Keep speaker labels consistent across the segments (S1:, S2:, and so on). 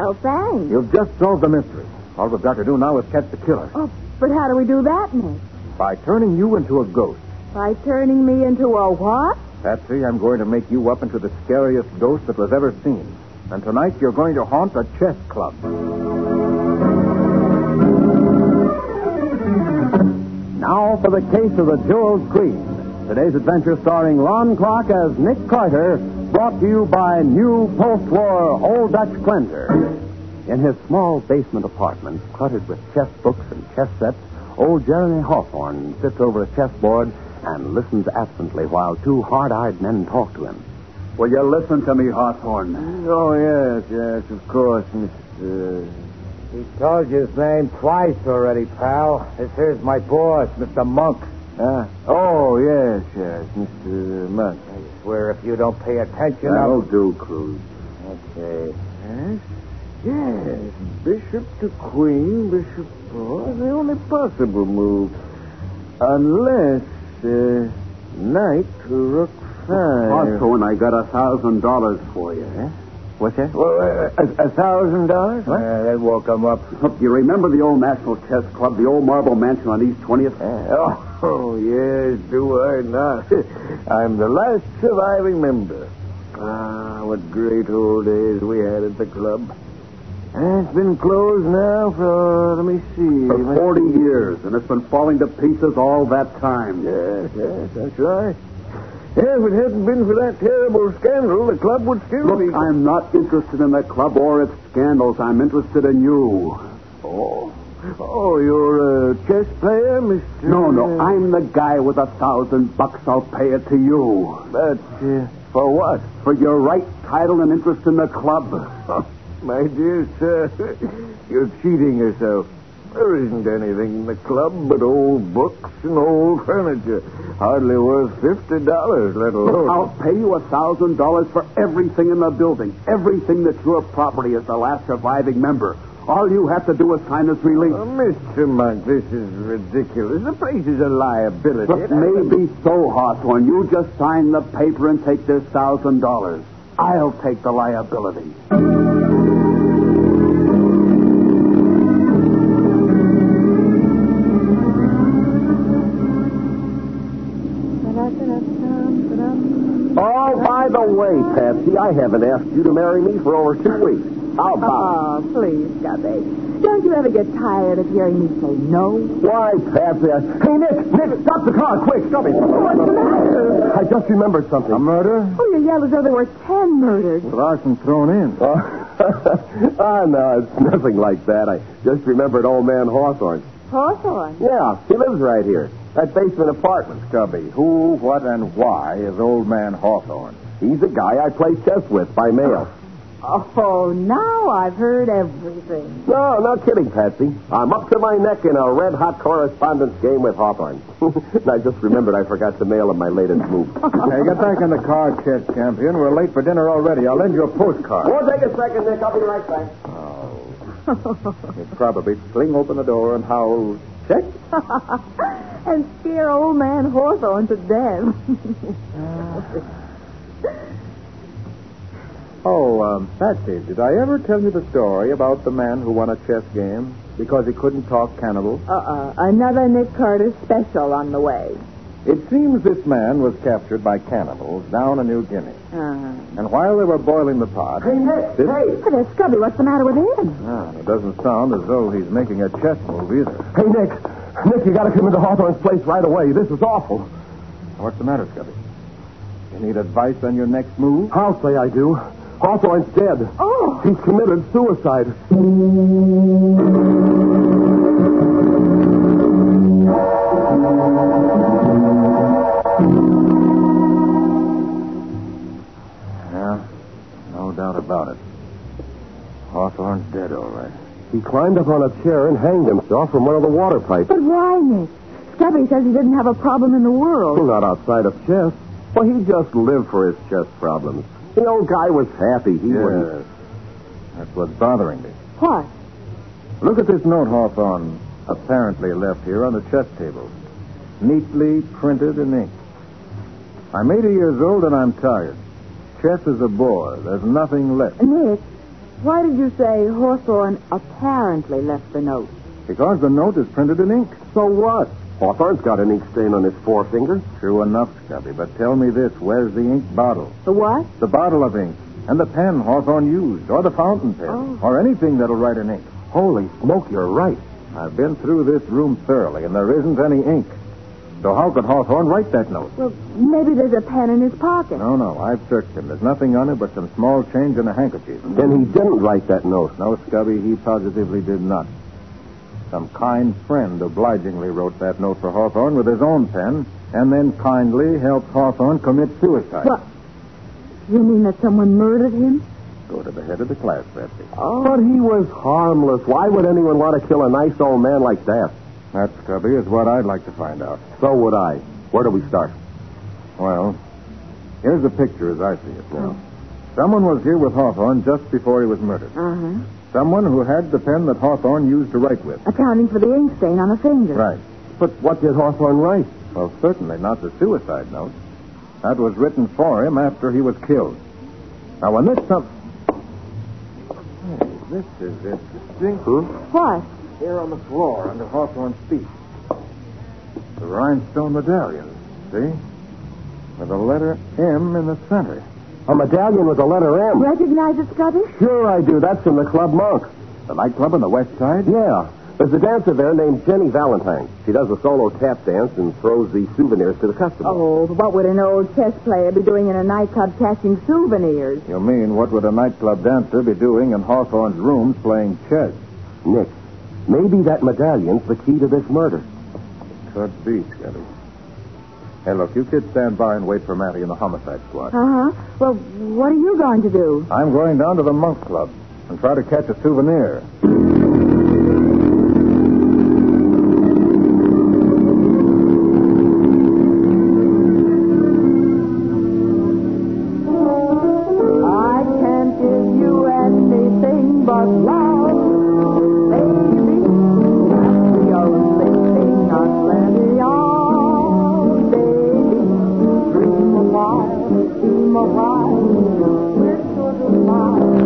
S1: Oh, thanks.
S2: You've just solved the mystery. All we've got to do now is catch the killer
S1: Oh, but how do we do that, Nick?
S2: by turning you into a ghost.
S1: By turning me into a what?
S2: Patsy, I'm going to make you up into the scariest ghost that was ever seen. And tonight you're going to haunt a chess club. Now for the case of the Jeweled Queen. Today's adventure starring Lon Clark as Nick Carter, brought to you by new post-war Old Dutch cleanser. In his small basement apartment, cluttered with chess books and chess sets, old Jeremy Hawthorne sits over a chessboard and listens absently while two hard-eyed men talk to him.
S3: Will you listen to me, Hawthorne?
S4: Oh, yes, yes, of course, Mr. He told you his name twice already, pal. This here's my boss, Mr. Monk. Uh, oh, yes, yes, Mr. Monk. I swear if you don't pay attention,
S3: That'll
S4: I'll...
S3: do, Cruz.
S4: Okay. Yes? Yes, bishop to queen, bishop... Oh, the only possible move. Unless, uh, knight to rook five...
S3: Hawthorne, I got a thousand dollars for you.
S4: What's that? a thousand dollars? That won't come up.
S3: Look, you remember the old National Chess Club, the old marble mansion on East 20th?
S4: Oh, oh, yes, do I not? I'm the last surviving member. Ah, what great old days we had at the club. And it's been closed now for, let me see.
S3: For 40 years, and it's been falling to pieces all that time.
S4: Yes, yes, that's right. Yeah, if it hadn't been for that terrible scandal, the club would still be.
S3: Look, I'm not interested in the club or its scandals. I'm interested in you.
S4: Oh, oh, you're a chess player, Mr.
S3: No, no,
S4: uh,
S3: I'm the guy with a thousand bucks. I'll pay it to you.
S4: But uh, for what?
S3: For your right title and interest in the
S4: Oh.
S3: club.
S4: My dear sir, you're cheating yourself. There isn't anything in the club but old books and old furniture. Hardly worth fifty dollars, let alone.
S3: I'll pay you a thousand dollars for everything in the building, everything that's your property as the last surviving member. All you have to do is sign this release.
S4: Oh, Mr. Monk, this is ridiculous. The place is a liability.
S3: But maybe so, Hawthorne. You just sign the paper and take this thousand dollars. I'll take the liability.
S2: Oh, by the way, Patsy, I haven't asked you to marry me for over two weeks. How about
S1: Oh, please, Gubby. Don't you ever get tired of hearing me say no?
S2: it? Why, Patsy? I... Hey, Nick, Nick, stop the car, quick, stop it.
S1: What's the matter?
S2: I just remembered something.
S4: a murder?
S1: Oh, you yell as though there were ten murders.
S4: Larson thrown in.
S2: Oh, oh, no, it's nothing like that. I just remembered old man Hawthorne.
S1: Hawthorne.
S2: Yeah, he lives right here. That basement apartment.
S4: Scubby, who, what, and why is old man Hawthorne?
S2: He's the guy I play chess with by mail.
S1: Oh, now I've heard everything.
S2: No, no kidding, Patsy. I'm up to my neck in a red hot correspondence game with Hawthorne. and I just remembered I forgot to mail him my latest move.
S4: Hey, get back in the car, chess champion. We're late for dinner already. I'll lend you a postcard.
S2: Won't take a second, Nick. I'll be right back.
S4: He'll Oh. probably fling open the door and howl, check.
S1: and scare old man Hawthorne to death.
S4: Oh, um, Patsy, did I ever tell you the story about the man who won a chess game because he couldn't talk cannibal?
S1: Uh-uh. Another Nick Carter special on the way.
S4: It seems this man was captured by cannibals down in New Guinea.
S1: Uh-huh.
S4: And while they were boiling the pot.
S2: Hey, Nick.
S4: This-
S2: Hey.
S1: Look at this, Scubby. What's the matter with him?
S4: Ah, it doesn't sound as though he's making a chess move either.
S2: Hey, Nick. Nick, you got to come into Hawthorne's place right away. This is awful.
S4: What's the matter, Scubby? You need advice on your next move?
S2: I'll say I do. Hawthorne's dead.
S1: Oh,
S2: He's committed suicide.
S4: Yeah, no doubt about it. Hawthorne's dead, all right.
S2: He climbed up on a chair and hanged himself from one of the water pipes.
S1: but why, Nick? Scubby says he didn't have a problem in the world.
S2: Well, not outside of chess. Well, he just lived for his chess problems. The old guy was happy. He
S4: Yes.
S2: was.
S4: That's what's bothering me.
S1: What?
S4: Look at this note Hawthorne apparently left here on the chess table, neatly printed in ink. I'm 80 years old and I'm tired. Chess is a bore. There's nothing left.
S1: Nick, Why did you say Hawthorne apparently left the note?
S2: Because the note is printed in ink. So what? Hawthorne's got an ink stain on his forefinger.
S4: True enough, Scubby, but tell me this. Where's the ink bottle?
S1: The what?
S4: The bottle of ink. And the pen Hawthorne used, or the fountain pen,
S1: Oh.
S4: or anything that'll write in ink.
S2: Holy smoke, you're right.
S4: I've been through this room thoroughly, and there isn't any ink. So how could Hawthorne write that note?
S1: Well, maybe there's a pen in his pocket.
S4: No, no, I've searched him. There's nothing on it but some small change and a handkerchief.
S2: Then he didn't write that note.
S4: No, Scubby, he positively did not. Some kind friend obligingly wrote that note for Hawthorne with his own pen, and then kindly helped Hawthorne commit suicide.
S1: What? You mean that someone murdered him?
S4: Go to the head of the class, Betsy.
S2: But he was harmless. Why would anyone want to kill a nice old man like that?
S4: That, Scubby, is what I'd like to find out.
S2: So would I. Where do we start?
S4: Well, here's the picture as I see it now.
S2: Oh.
S4: Someone was here with Hawthorne just before he was murdered.
S1: Uh-huh.
S4: Someone who had the pen that Hawthorne used to write with.
S1: Accounting for the ink stain on the finger.
S4: Right.
S2: But what did Hawthorne write?
S4: Well, certainly not the suicide note. That was written for him after he was killed. Now, when this some... Hey, this is interesting.
S1: What?
S4: Here on the floor, under Hawthorne's feet. The rhinestone medallion, see? With a letter M in the center.
S2: A medallion with the letter M.
S1: Recognize it, Scubby?
S2: Sure I do. That's from the Club Monk.
S4: The nightclub on the west side?
S2: Yeah. There's a dancer there named Jenny Valentine. She does a solo tap dance and throws the souvenirs to the customer.
S1: Oh, but what would an old chess player be doing in a nightclub catching souvenirs?
S4: You mean, what would a nightclub dancer be doing in Hawthorne's rooms playing chess?
S2: Nick, maybe that medallion's the key to this murder.
S4: Could be, Scotty. Hey, look, you kids stand by and wait for Matty in the homicide squad.
S1: Uh-huh. Well, what are you going to do?
S4: I'm going down to the Monk Club and try to catch a souvenir.
S1: I can't give you anything but love, baby. That's the only thing I'm ready on, baby. Dream a while, dream a while. We're sure to find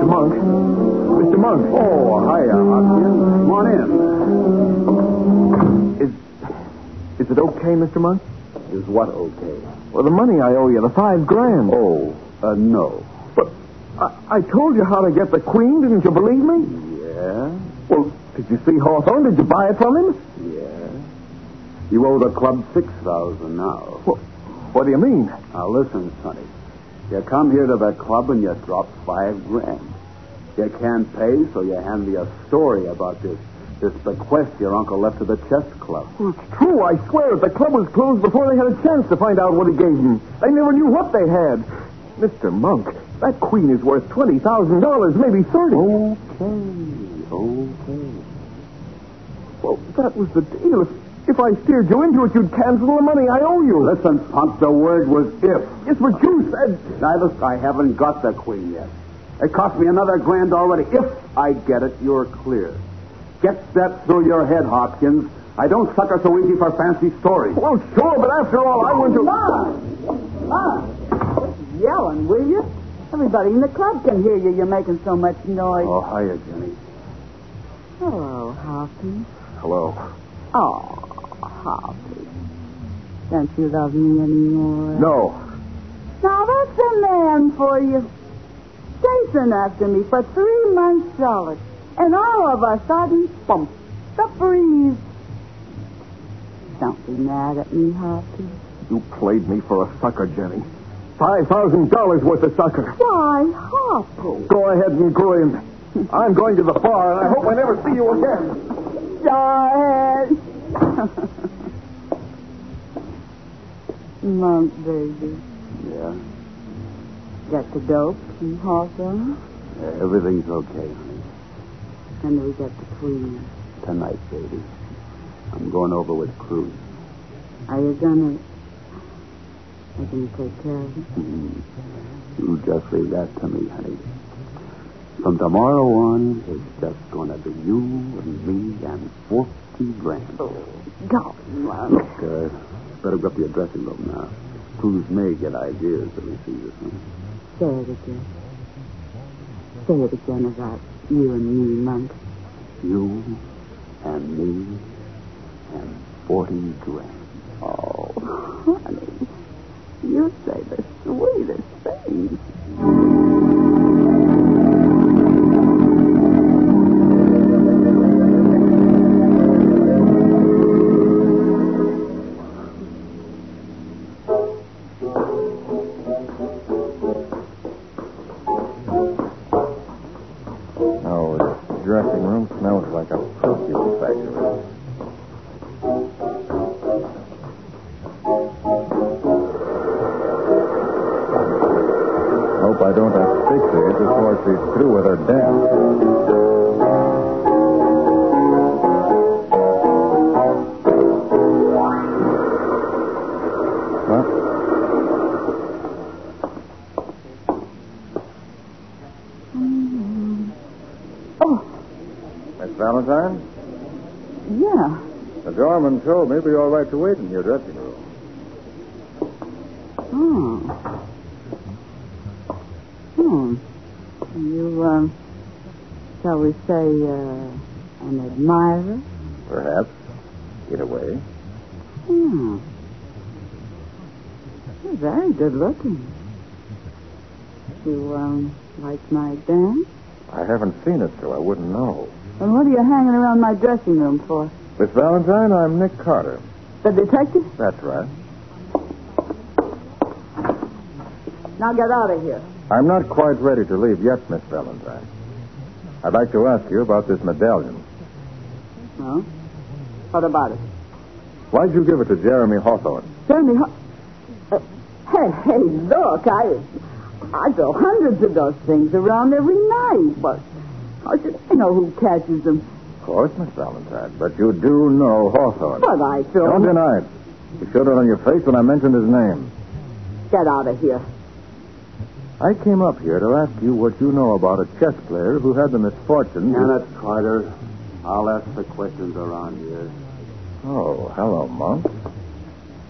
S3: Mr. Monk. Mr. Monk. Oh, hiya, Hopkins. Come on in.
S2: Is is it okay, Mr. Monk?
S3: Is what okay?
S2: Well, the money I owe you, the five grand.
S3: Oh, uh, no.
S2: but I, I told you how to get the queen. Didn't you believe me?
S3: Yeah?
S2: Well, did you see Hawthorne? Did you buy it from him?
S3: Yeah. You owe the club 6000 now.
S2: Well, what do you mean?
S3: Now listen, Sonny. You come here to the club and you drop five grand. You can't pay, so you hand me a story about this this bequest your uncle left to the chess club.
S2: It's true, I swear. The club was closed before they had a chance to find out what he gave them. They never knew what they had. Mr. Monk, that queen is worth twenty thousand dollars, maybe thirty.
S3: Okay, okay.
S2: Well, that was the deal. If, if I steered you into it, you'd cancel the money I owe you.
S3: Listen, punk, the word was if.
S2: Yes, but you said.
S3: Now, listen, I haven't got the queen yet. It cost me another grand already. If I get it, you're clear. Get that through your head, Hopkins. I don't sucker so easy for fancy stories.
S2: Well, sure, but after all, I went to.
S1: Mom! Mom! Yelling, will you? Everybody in the club can hear you. You're making so much noise.
S3: Oh, hiya, Jenny.
S1: Hello, Hoppy.
S2: Hello.
S1: Oh, Hoppy. Don't you love me anymore?
S2: No.
S1: Now, that's a man for you. Chasing after me for three months solid. And all of a sudden, bump, the breeze. Don't be mad at me, Hoppy.
S2: You played me for a sucker, Jenny. Five thousand dollars worth of sucker.
S1: Why, Hoppy?
S2: Go ahead and grin. I'm going to the bar, and I hope I never see you again.
S1: Darling. Monk, baby.
S3: Yeah?
S1: Got the dope and Hawthorne,
S3: yeah everything's okay, honey.
S1: and we got the queen.
S3: Tonight, baby. I'm going over with Cruz.
S1: Are you gonna... Are you gonna take care of it?
S3: Mm. You just leave that to me, honey. From tomorrow on, it's just going to be you and me and 40 grand.
S1: Golly, Monk.
S3: Look, uh, better go up to your dressing room now. Cruz may get ideas that he sees us. Huh?
S1: Say it again. Say it again about you and me, Monk.
S3: You and me and 40 grand.
S1: Oh, honey, you say the sweetest things.
S4: Oh, this dressing room smells like a perfume factory. Hope I don't asphyxiate before she's through with her dance. What?
S1: Oh,
S4: Miss Valentine?
S1: yeah.
S4: The doorman told me it'd be all right to wait in your dressing room.
S1: Oh. Hmm. You, um, shall we say, uh, an admirer?
S4: Perhaps. Either way.
S1: Hmm. You're very good looking. You, um, like my dance?
S4: I haven't seen it, so I wouldn't know.
S1: And what are you hanging around my dressing room for?
S4: Miss Valentine, I'm Nick Carter.
S1: The detective?
S4: That's right.
S1: Now get out of here.
S4: I'm not quite ready to leave yet, Miss Valentine. I'd like to ask you about this medallion.
S1: Huh? What about it?
S4: Why'd you give it to Jeremy Hawthorne?
S1: Tell me how. Uh, hey, hey, look, I. I throw hundreds of those things around every night, but how should I know who catches them?
S4: Of course, Miss Valentine, but you do know Hawthorne.
S1: But I throw.
S4: Don't deny it. You showed it on your face when I mentioned his name.
S1: Get out of here.
S4: I came up here to ask you what you know about a chess player who had the misfortune. to-
S3: Janet Carter, I'll ask the questions around here.
S4: Oh, hello, Monk.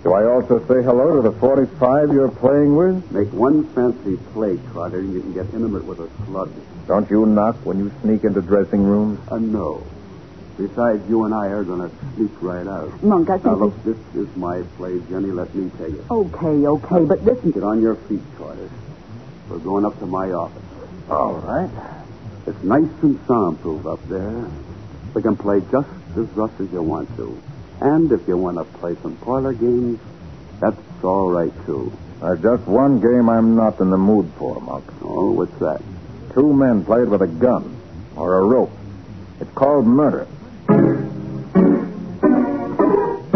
S4: Do I also say hello to the 45 you're playing with?
S3: Make one fancy play, Carter, and you can get intimate with a slug.
S4: Don't you knock when you sneak into dressing rooms?
S3: A Uh, no. Besides, you and I are going to sneak right out.
S1: Monk, I
S3: Now,
S1: think.
S3: look, this is my play, Jenny. Let me take it.
S1: Okay, okay, but listen
S3: Get
S1: to
S3: on your feet, Carter. We're going up to my office.
S4: All right.
S3: It's nice and soundproof up there. We can play just as rough as you want to. And if you want to play some parlor games, that's all right, too.
S4: There's Uh, just one game I'm not in the mood for, Monk.
S3: Oh, what's that?
S4: Two men played with a gun or a rope. It's called murder.
S2: So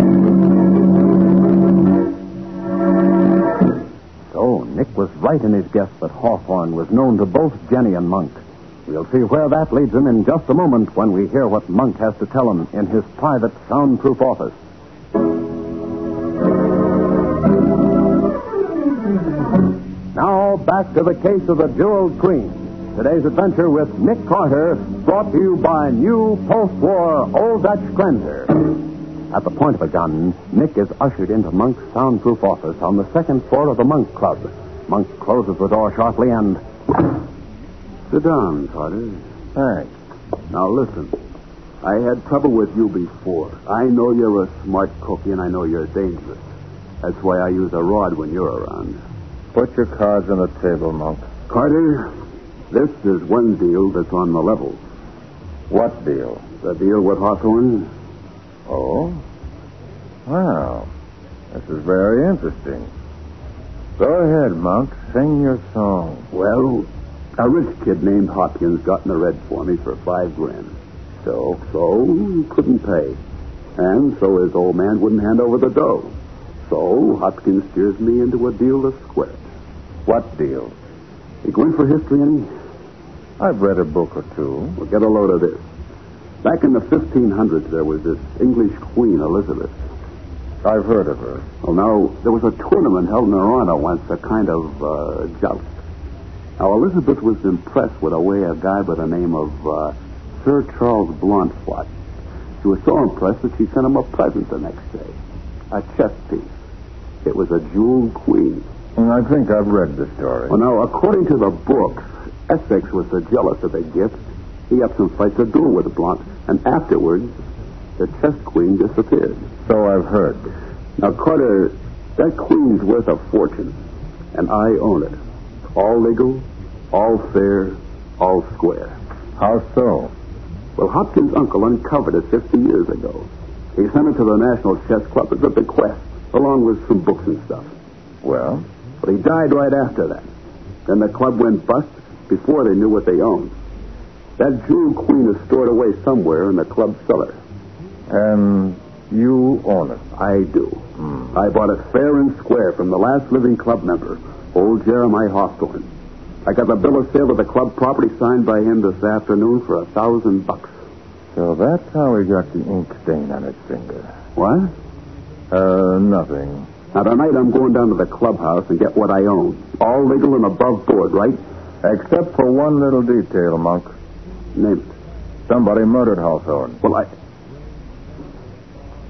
S2: Oh, Nick was right in his guess that Hawthorne was known to both Jenny and Monk. We'll see where that leads him in just a moment when we hear what Monk has to tell him in his private soundproof office. Now back to the case of the Jeweled Queen. Today's adventure with Nick Carter, brought to you by new post-war Old Dutch cleanser. At the point of a gun, Nick is ushered into Monk's soundproof office on the second floor of the Monk Club. Monk closes the door sharply and
S3: Sit down, Carter.
S4: Thanks.
S3: Now listen. I had trouble with you before. I know you're a smart cookie, and I know you're dangerous. That's why I use a rod when you're around.
S4: Put your cards on the table, Monk.
S3: Carter, this is one deal that's on the level.
S4: What deal?
S3: The deal with Hawthorne,
S4: Oh? Wow. This is very interesting. Go ahead, Monk. Sing your song.
S3: Well, a rich kid named Hopkins got in the red for me for five grand. So, so couldn't pay, and so his old man wouldn't hand over the dough. So Hopkins steers me into a deal to square it.
S4: What deal?
S3: You going for history, any?
S4: I've read a book or two.
S3: Well, get a load of this. Back in the 1500s, there was this English Queen Elizabeth.
S4: I've heard of her.
S3: Well, now, there was a tournament held in Toronto once, a kind of uh, joust. Now, Elizabeth was impressed with the way a guy by the name of uh, Sir Charles Blunt fought. She was so impressed that she sent him a present the next day a chess piece. It was a jeweled queen.
S4: And I think I've read the story.
S3: Well, now, according to the books, Essex was so jealous of the gift, he up and fights a duel with Blunt, and afterwards, the chess queen disappeared.
S4: So I've heard.
S3: Now, Carter, that queen's worth a fortune, and I own it. All legal, all fair, all square.
S4: How so?
S3: Well, Hopkins' uncle uncovered it 50 years ago. He sent it to the National Chess Club as a bequest, along with some books and stuff.
S4: Well,
S3: But he died right after that. Then the club went bust before they knew what they owned. That jewel queen is stored away somewhere in the club cellar.
S4: and you own it. Hmm.
S3: I do. I bought it fair and square from the last living club member, old Jeremiah Hawthorne. I got the bill of sale of the club property signed by him this afternoon for a thousand bucks.
S4: So that's how he got the ink stain on his finger.
S3: What?
S4: Uh, nothing.
S3: Now tonight I'm going down to the clubhouse and get what I own. All legal and above board, right?
S4: Except for one little detail, Monk.
S3: Name it.
S4: Somebody murdered Hawthorne.
S3: Well, I.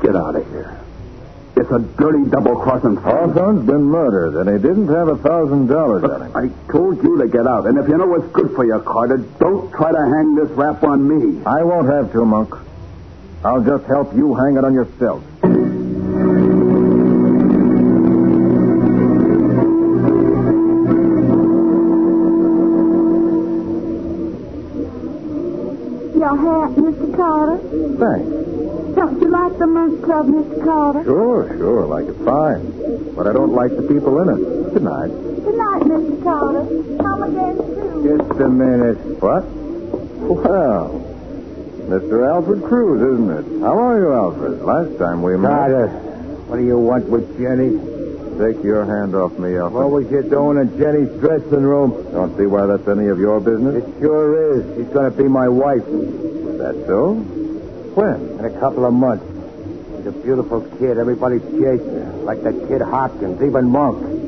S3: Get out of here. It's a dirty double crossing.
S4: Hawthorne's been murdered, and he didn't have a thousand dollars on him.
S3: I told you to get out, and if you know what's good for you, Carter, don't try to hang this rap on me.
S4: I won't have to, Monk. I'll just help you hang it on yourself.
S1: Your hat, Mr. Carter?
S4: Thanks.
S1: Don't you like the Monk Club, Mr. Carter?
S4: Sure, sure, like it fine. But I don't like the people in it. Good night.
S1: Good night, Mr. Carter. Come again soon.
S4: Just a minute. What? Well, Mr. Alfred Cruz, isn't it? How are you, Alfred? Last time we met.
S5: Carter, what do you want with Jenny?
S4: Take your hand off me, Alfred.
S5: What was you doing in Jenny's dressing room?
S4: Don't see why that's any of your business.
S5: It sure is. She's going to be my wife
S4: Is that so? When?
S5: in a couple of months. She's a beautiful kid. Everybody's chasing her, like that kid Hopkins, even Monk.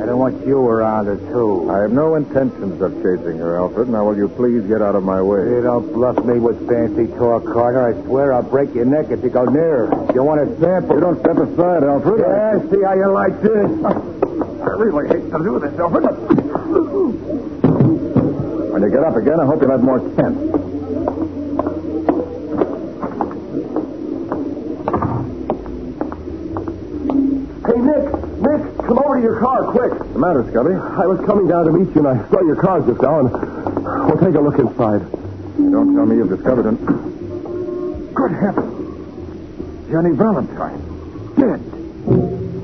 S5: I don't want you around her, too.
S4: I have no intentions of chasing her, Alfred. Now, will you please get out of my way?
S5: You don't bluff me with fancy talk, Carter. I swear I'll break your neck if you go near her. You want a sample?
S4: You don't step aside, Alfred.
S5: Yeah, see how you like this.
S3: I really hate to do this, Alfred.
S4: When you get up again, I hope you'll have more sense.
S3: Hey, Nick! Nick, come over to your car, quick!
S4: What's the matter, Scotty?
S3: I was coming down to meet you, and I saw your car just now, and we'll take a look inside.
S4: Don't tell me you've discovered an. Good heavens! Johnny Valentine. Dead.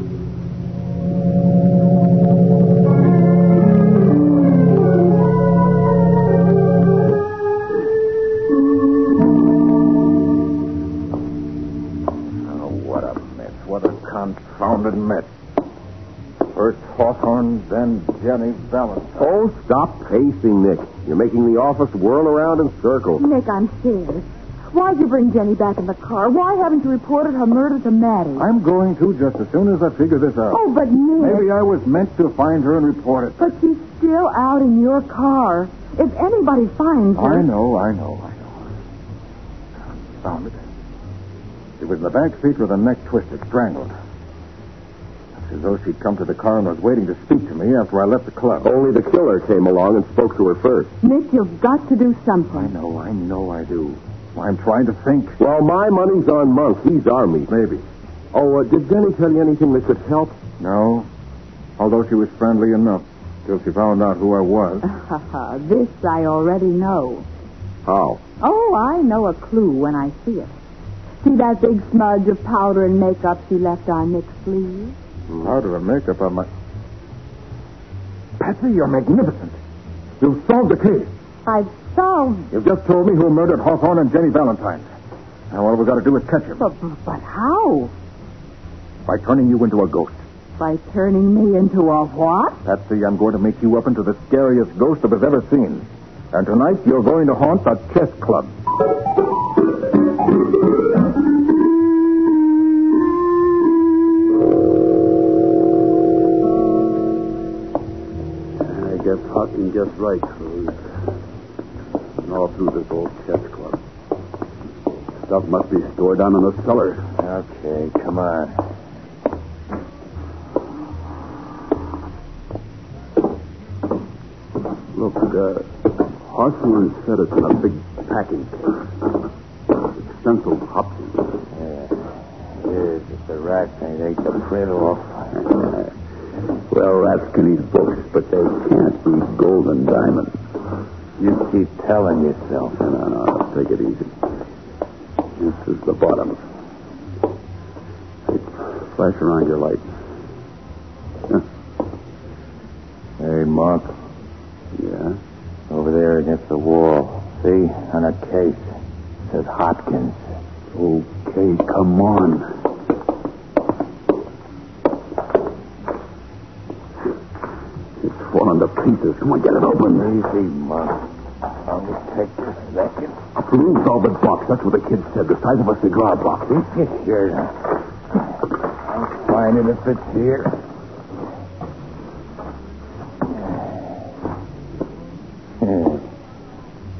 S4: Oh, what a mess. What a confounded mess. First Hawthorne, then Jenny Valentine.
S2: Oh, stop pacing, Nick. You're making the office whirl around in circles.
S1: Nick, I'm scared. Why'd you bring Jenny back in the car? Why haven't you reported her murder to Maddie?
S4: I'm going to just as soon as I figure this out.
S1: Oh, but Nick.
S4: Maybe I was meant to find her and report it.
S1: But she's still out in your car. If anybody finds her.
S4: I know, I know, I know. Found it. She was in the back seat with her neck twisted, strangled. It's as though she'd come to the car and was waiting to speak to me after I left the club.
S2: Only the killer came along and spoke to her first.
S1: Nick, you've got to do
S4: I
S1: something.
S4: know, I know I do. I'm trying to think.
S2: Well, my money's on Monk. He's our meat.
S4: Maybe.
S2: Oh, uh, did Jenny tell you anything that could help?
S4: No. Although she was friendly enough till she found out who I was.
S1: this I already know.
S2: How?
S1: Oh, I know a clue when I see it. See that big smudge of powder and makeup she left on Nick's sleeve?
S4: Powder and makeup on my. Patsy, you're magnificent. You've solved the case.
S1: I've solved.
S4: You've just told me who murdered Hawthorne and Jenny Valentine. Now all we've got to do is catch him
S1: But, but how?
S4: by turning you into a ghost.
S1: By turning me into a what?
S4: Patsy, I'm going to make you up into the scariest ghost that was ever seen. And tonight you're going to haunt the chess club.
S3: I guess Hopkins gets right, Cruz. And all through this old chess club. Stuff must be stored down in the cellar.
S4: Okay, come on.
S3: Look, uh, Hawthorne said it's in a big packing case. It's stenciled Hopkins.
S4: Yes, if the rats ain't ate the print off.
S3: Uh, Well, rats can eat books, but they can't eat gold and diamonds.
S4: You keep telling yourself.
S3: No, no, no. Take it easy. This is the bottom. Hey, flash around your light. Huh.
S4: Hey, Mark,
S3: Yeah?
S4: over there against the wall. See, on a case. It says Hopkins.
S3: Okay, come on. It's falling to pieces. Come on, get it open.
S4: Easy, Mark. Only take a second.
S3: A blue velvet box. That's what the kid said. The size of a cigar box. eh?
S4: Get yours. I'll find it if it's here.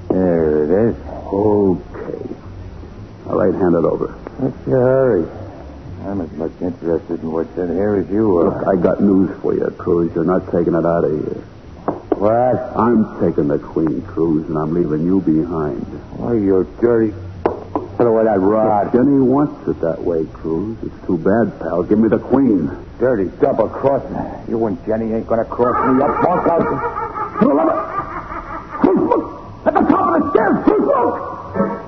S4: There it is.
S3: Okay. All right, hand it over.
S4: What's your hurry? I'm as much interested in what's in here as you
S3: Look,
S4: are.
S3: I got news for you, Cruz. You're not taking it out of here.
S4: What?
S3: I'm taking the Queen, Cruz, and I'm leaving you behind.
S4: Why, you're dirty. Put away that rod.
S3: Jenny wants it that way, Cruz. It's too bad, pal. Give me the Queen.
S4: Dirty double crossing. You and Jenny ain't gonna cross me up, bunk out.
S3: At the top of the stairs, Cruz, look!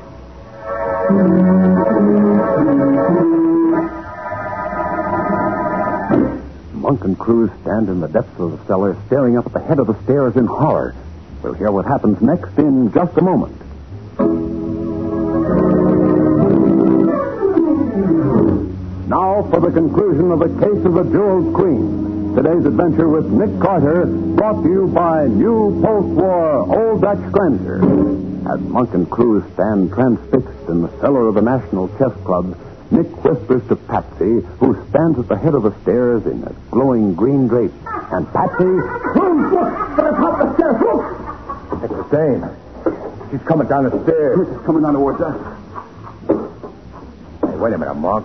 S2: Monk and Cruz stand in the depths of the cellar, staring up at the head of the stairs in horror. We'll hear what happens next in just a moment. Now for the conclusion of the case of the Jeweled Queen. Today's adventure with Nick Carter, brought to you by new post-war Old Dutch Grandeur. As Monk and Cruz stand transfixed in the cellar of the National Chess Club, Nick whispers to Patsy, who stands at the head of the stairs in a glowing green drape. And Patsy, Cruz, look! At the top of the stairs, look!
S4: It's the same. She's coming down the stairs.
S3: It's coming down towards us.
S4: Hey, wait a minute, Mark.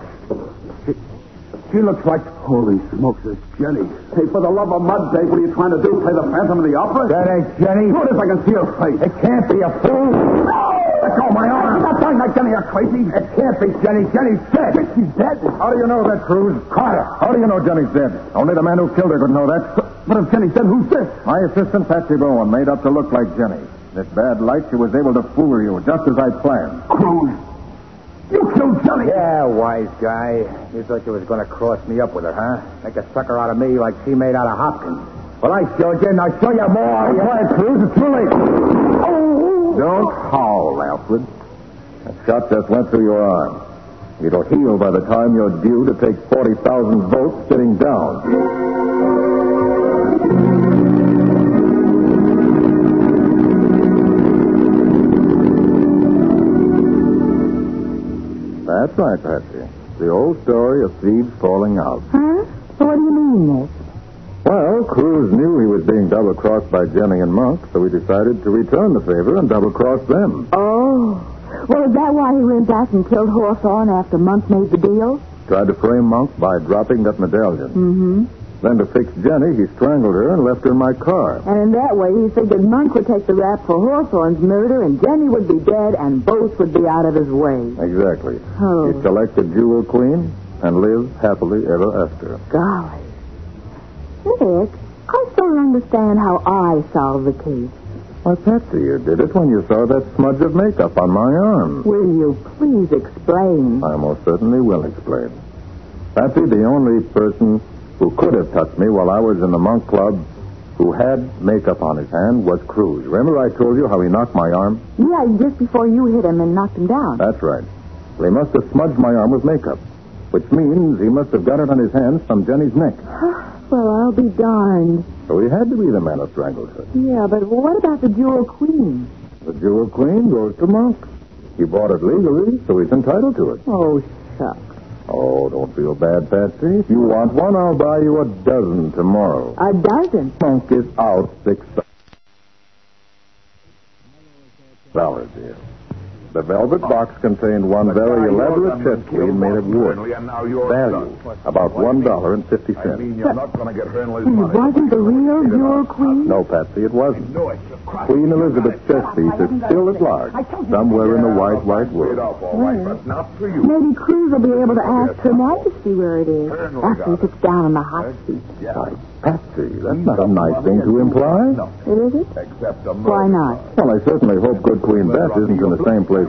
S3: She looks like. Holy smokes, it's Jenny. Hey, for the love of mud, Dave, what are you trying to do? Play the Phantom of the Opera?
S4: That ain't Jenny.
S3: Shoot if I can see her face. It can't be a fool. Let go of my arm. Stop talking like Jenny, you're crazy. It can't be Jenny. Jenny's dead. She's dead?
S4: How do you know that, Cruz? Carter. How do you know Jenny's dead? Only the man who killed her could know that.
S3: But if Jenny's dead, who's this?
S4: My assistant, Patsy Bowen, made up to look like Jenny. That bad light, she was able to fool you, just as I planned.
S3: Cruz. You killed Jenny.
S4: Yeah, wise guy. You thought you was going to cross me up with her, huh? Make a sucker out of me like she made out of Hopkins. Well, I showed you, and I'll show you more. Quiet, Cruz. Oh, It's too late. Don't howl, Alfred. That shot just went through your arm. It'll heal by the time you're due to take 40,000 volts sitting down. That's right, Patsy. The old story of thieves falling out.
S1: Huh? What do you mean, Nick?
S4: Well, Cruz knew he was being double crossed by Jenny and Monk, so he decided to return the favor and double cross them.
S1: Oh. Well, is that why he went out and killed Hawthorne after Monk made the deal?
S4: Tried to frame Monk by dropping that medallion.
S1: Mm-hmm.
S4: Then to fix Jenny, he strangled her and left her in my car.
S1: And in that way, he figured Monk would take the rap for Hawthorne's murder, and Jenny would be dead, and both would be out of his way.
S4: Exactly.
S1: Oh.
S4: He selected Jewel Queen and lived happily ever after.
S1: Golly. Nick, I still don't understand how I solved the case.
S4: Why, Patsy, you did it when you saw that smudge of makeup on my arm.
S1: Will you please explain?
S4: I most certainly will explain. Patsy, the only person who could have touched me while I was in the monk club who had makeup on his hand was Cruz. Remember I told you how he knocked my arm?
S1: Yeah, just before you hit him and knocked him down.
S4: That's right. Well, he must have smudged my arm with makeup, which means he must have got it on his hands from Jenny's neck.
S1: Well, I'll be darned.
S4: So he had to be the man who strangled her.
S1: Yeah, but what about the Jewel Queen?
S4: The jewel queen goes to monk. He bought it legally, so he's entitled to it.
S1: Oh, shucks.
S4: Oh, don't feel bad, Patsy. If you want one, I'll buy you a dozen tomorrow.
S1: A dozen.
S4: Monk is out six dollars here. The velvet box contained one very elaborate chest wheel made of wood.
S3: And now you're
S4: Value about one dollar and fifty
S3: I
S4: cents.
S3: mean, you're not going to get Hernley's
S2: And it
S3: money.
S2: wasn't the real Jewel Queen?
S4: No, Patsy, it wasn't.
S3: No, it's a crock.
S4: Queen Elizabeth's chess piece is still at large, somewhere in the wide, wide
S3: Straight
S4: world.
S3: off, all right, but not for you.
S1: Maybe Cruz will be able to ask Her Majesty where it is after he sits down in the hot seat.
S3: Yeah,
S4: Patsy, that's not a nice thing to imply.
S1: It isn't?
S3: except a murder.
S1: Why not?
S4: Well, I certainly hope good Queen Bess isn't in the same place